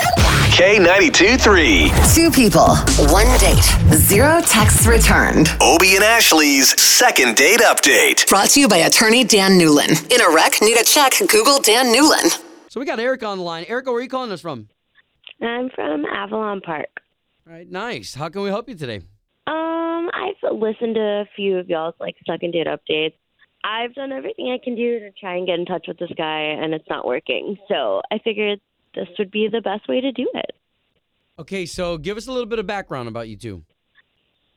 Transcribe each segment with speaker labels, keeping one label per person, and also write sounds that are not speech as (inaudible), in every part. Speaker 1: K92 3.
Speaker 2: Two people, one date, zero texts returned.
Speaker 1: Obie and Ashley's second date update.
Speaker 2: Brought to you by attorney Dan Newlin. In a wreck, need a check, Google Dan Newlin.
Speaker 3: So we got Erica on the line. Erica, where are you calling us from?
Speaker 4: I'm from Avalon Park.
Speaker 3: All right, nice. How can we help you today?
Speaker 4: Um, I've listened to a few of y'all's like second date updates. I've done everything I can do to try and get in touch with this guy, and it's not working. So I figured this would be the best way to do it.
Speaker 3: Okay, so give us a little bit of background about you two.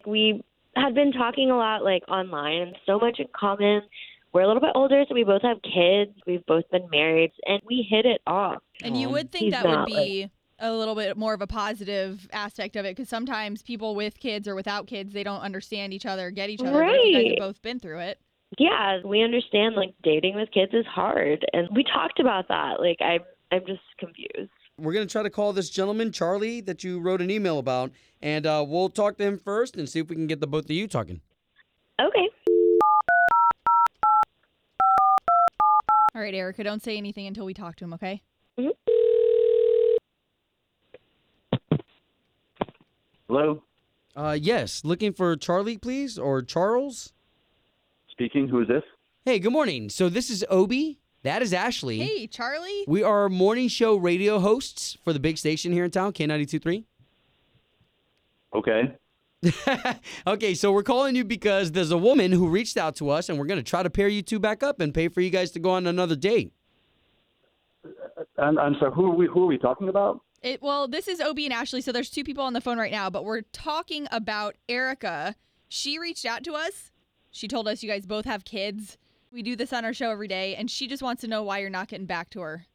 Speaker 4: We had been talking a lot like online, and so much in common. We're a little bit older, so we both have kids. We've both been married, and we hit it off.
Speaker 5: And you
Speaker 3: Um,
Speaker 5: would
Speaker 4: he's
Speaker 5: think that would
Speaker 4: not, like-
Speaker 5: be a little bit more of a positive aspect of it because sometimes people with kids or without kids, they don't understand each other, get each other. but if You guys
Speaker 4: Right.
Speaker 5: have both been through it.
Speaker 4: yeah, we understand like dating with kids is hard, and we talked about that. Like I'm, I'm just confused.
Speaker 3: We're going to try to call this gentleman, Charlie, that you wrote an email about, and uh, we'll talk to him first and see if we can get the both of you talking.
Speaker 4: Okay.
Speaker 5: All right, Erica, don't say anything until we talk to him, okay?
Speaker 6: Hello,
Speaker 3: Uh, yes, looking for Charlie, please, or Charles.
Speaker 6: speaking. Who is this?
Speaker 3: Hey, good morning. So this is Obie. That is Ashley.
Speaker 5: Hey, Charlie.
Speaker 3: We are morning show radio hosts for the big station here in town, K92.3.
Speaker 6: Okay.
Speaker 3: (laughs) okay, so we're calling you because there's a woman who reached out to us, and we're going to try to pair you two back up and pay for you guys to go on another date.
Speaker 6: I'm, I'm sorry. Who are we? Who are we talking about?
Speaker 5: It, well, this is Obie and Ashley, so there's two people on the phone right now, but we're talking about Erica. She reached out to us. She told us you guys both have kids. We do this on our show every day, and she just wants to know why you're not getting back to her.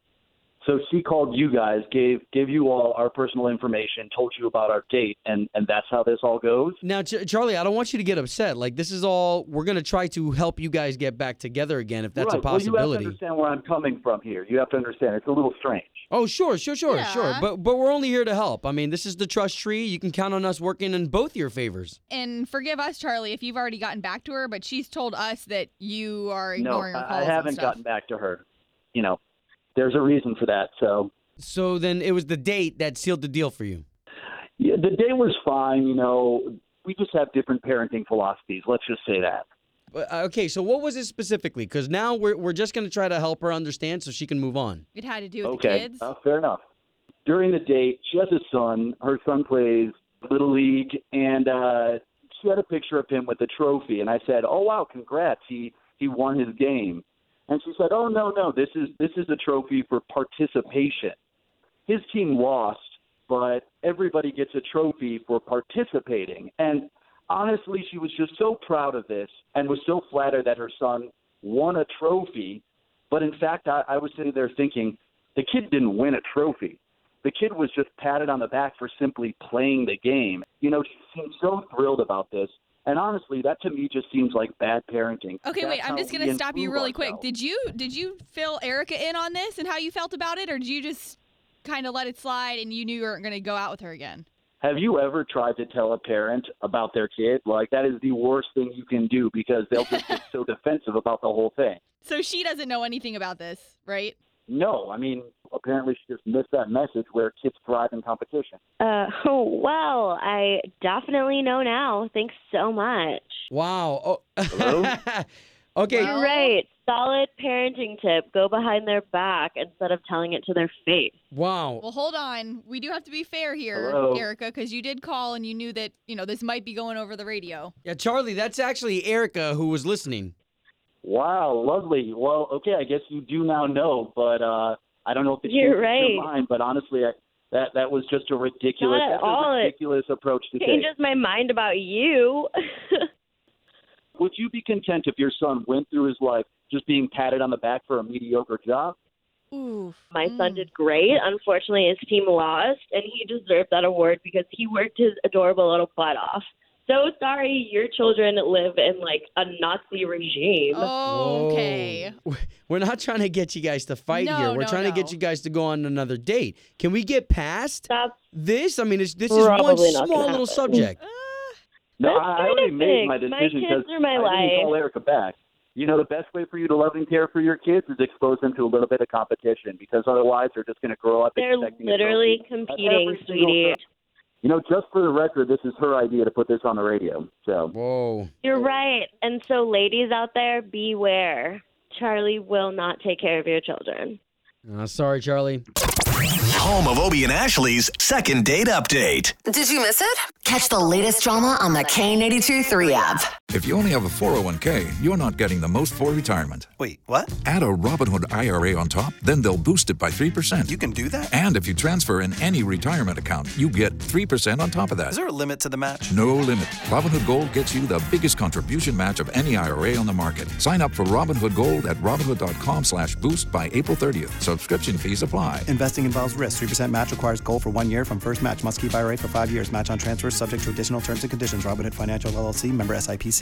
Speaker 6: So she called you guys, gave gave you all our personal information, told you about our date, and and that's how this all goes.
Speaker 3: Now, Ch- Charlie, I don't want you to get upset. Like this is all we're going to try to help you guys get back together again, if that's a
Speaker 6: right. Well, you have to
Speaker 3: possibility.
Speaker 6: understand where I'm coming from here. You have to understand. It's a little strange.
Speaker 3: oh, sure, sure, sure, sure.
Speaker 5: Yeah.
Speaker 3: But but we're only here to help. I mean, this is the trust tree. You can count on us working in both your favors.
Speaker 5: And forgive us, Charlie, if you've already gotten back to her, but she's told us that you are
Speaker 6: no,
Speaker 5: ignoring her calls.
Speaker 6: I, I
Speaker 5: and
Speaker 6: haven't
Speaker 5: stuff.
Speaker 6: gotten back to her. You know, there's a reason for that. So
Speaker 3: So then it was the date that sealed the deal for you.
Speaker 6: yeah, the day was fine. You know, we just have different parenting philosophies. Let's just say that.
Speaker 3: But, uh, okay, so what was it specifically? Because now we're we're just going to try to help her understand so she can move on.
Speaker 5: It had to do with
Speaker 6: okay.
Speaker 5: the kids.
Speaker 6: Uh, fair enough. During the date, she has a son. Her son plays Little League, and uh, she had a picture of him with a trophy. And I said, "Oh wow, congrats! He he won his game." And she said, "Oh no, no, this is this is a trophy for participation. His team lost, but everybody gets a trophy for participating." And honestly, she was just so proud of this and was so flattered that her son won a trophy. But in fact, I, I was sitting there thinking, the kid didn't win a trophy. The kid was just patted on the back for simply playing the game. You know, she seemed so thrilled about this. And honestly, that to me just seems like bad parenting.
Speaker 5: Okay, wait.
Speaker 6: That's
Speaker 5: I'm
Speaker 6: how
Speaker 5: just
Speaker 6: we
Speaker 5: gonna stop you
Speaker 6: improve
Speaker 5: really quick.
Speaker 6: ourselves.
Speaker 5: Did you did you fill Erica in on this and how you felt about it, or did you just kind of let it slide and you knew you weren't gonna go out with her again?
Speaker 6: Have you ever tried to tell a parent about their kid? Like, that is the worst thing you can do because they'll just get
Speaker 5: (laughs)
Speaker 6: so defensive about the whole thing.
Speaker 5: So she doesn't know anything about this, right?
Speaker 6: No, I mean, apparently she just missed that message where kids thrive in competition.
Speaker 4: Uh, (laughs) well, I definitely know now. Thanks so much.
Speaker 3: Wow. Oh.
Speaker 6: Hello?
Speaker 3: (laughs) okay.
Speaker 5: Wow.
Speaker 4: You're right. Solid parenting tip. Go behind their back instead of telling it to their face.
Speaker 3: Wow.
Speaker 5: Well, hold on. We do have to be fair here,
Speaker 6: Hello?
Speaker 5: Erica, because you did call and you knew that you know this might be going over the radio.
Speaker 3: Yeah, Charlie, that's actually Erica who was listening.
Speaker 6: Wow, lovely. Well, okay, I guess you do now know, but uh, I don't know if it
Speaker 4: You're
Speaker 6: changes
Speaker 4: right.
Speaker 6: your mind. But honestly, I, that that was just a ridiculous,
Speaker 4: Not at
Speaker 6: that's a
Speaker 4: all. It
Speaker 6: ridiculous approach to take.
Speaker 4: Changes my mind about you.
Speaker 6: Would you be content if your son went through his life just being patted on the back for a mediocre job?
Speaker 5: Ooh.
Speaker 4: My
Speaker 6: Mm.
Speaker 5: Mm.
Speaker 4: son did great. Unfortunately, his team lost, and he deserved that award because he worked his adorable little butt off. So sorry, your children live in like a Nazi regime.
Speaker 6: Oh.
Speaker 5: Okay.
Speaker 3: (laughs) We're not trying to get you guys to fight
Speaker 5: No,
Speaker 3: here. We're
Speaker 5: no,
Speaker 3: trying to get
Speaker 5: no.
Speaker 3: you guys to go on another date. Can we get past
Speaker 4: That's
Speaker 3: this? I mean, it's, this is one
Speaker 4: Probably
Speaker 3: small
Speaker 4: not gonna
Speaker 3: little
Speaker 4: happen.
Speaker 3: subject.
Speaker 5: Ah.
Speaker 6: No,
Speaker 4: That's
Speaker 6: I I
Speaker 4: kinda
Speaker 6: already made
Speaker 4: big.
Speaker 6: my
Speaker 4: My
Speaker 6: decision
Speaker 4: kids
Speaker 6: because
Speaker 4: are my
Speaker 6: I didn't call Erica back. You know, the best way for you to love and care for your kids is expose them to a little bit of competition because otherwise they're just going to grow up.
Speaker 4: they're
Speaker 6: expecting a
Speaker 4: literally
Speaker 6: trophy. That's
Speaker 4: competing,
Speaker 6: every single
Speaker 4: sweetie.
Speaker 6: time. You know, just for the record, this is her idea to put this on the radio. So
Speaker 3: Whoa.
Speaker 4: You're right. And so, ladies out there, beware. Charlie will not take care of your children.
Speaker 3: Uh, sorry, Charlie.
Speaker 1: Home of Obie and Ashley's second date update.
Speaker 2: Did you miss it? Catch the latest drama on the K82 3 app.
Speaker 7: If you only have a 401k, you're not getting the most for retirement.
Speaker 1: Wait, what?
Speaker 7: Add a Robinhood IRA on top, then they'll boost it by 3%.
Speaker 1: You can do that?
Speaker 7: and if you transfer in any retirement account, you get 3% on top of that.
Speaker 1: Is there a limit to the match?
Speaker 7: No limit. Robinhood Gold gets you the biggest contribution match of any IRA on the market. Sign up for Robinhood Gold at Robinhood.com slash boost by April 30th. Subscription fees apply.
Speaker 8: Investing involves risk. 3% match requires gold for one year from first match. Must keep IRA for five years. Match on transfers subject to additional terms and conditions. Robinhood Financial LLC member SIPC.